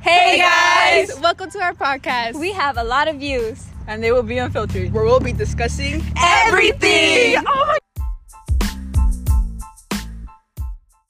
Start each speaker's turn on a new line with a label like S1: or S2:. S1: Hey,
S2: guys!
S1: Welcome to our podcast.
S3: We have a lot of views.
S2: and they will be unfiltered, where we'll be discussing
S1: Everything!
S2: Oh my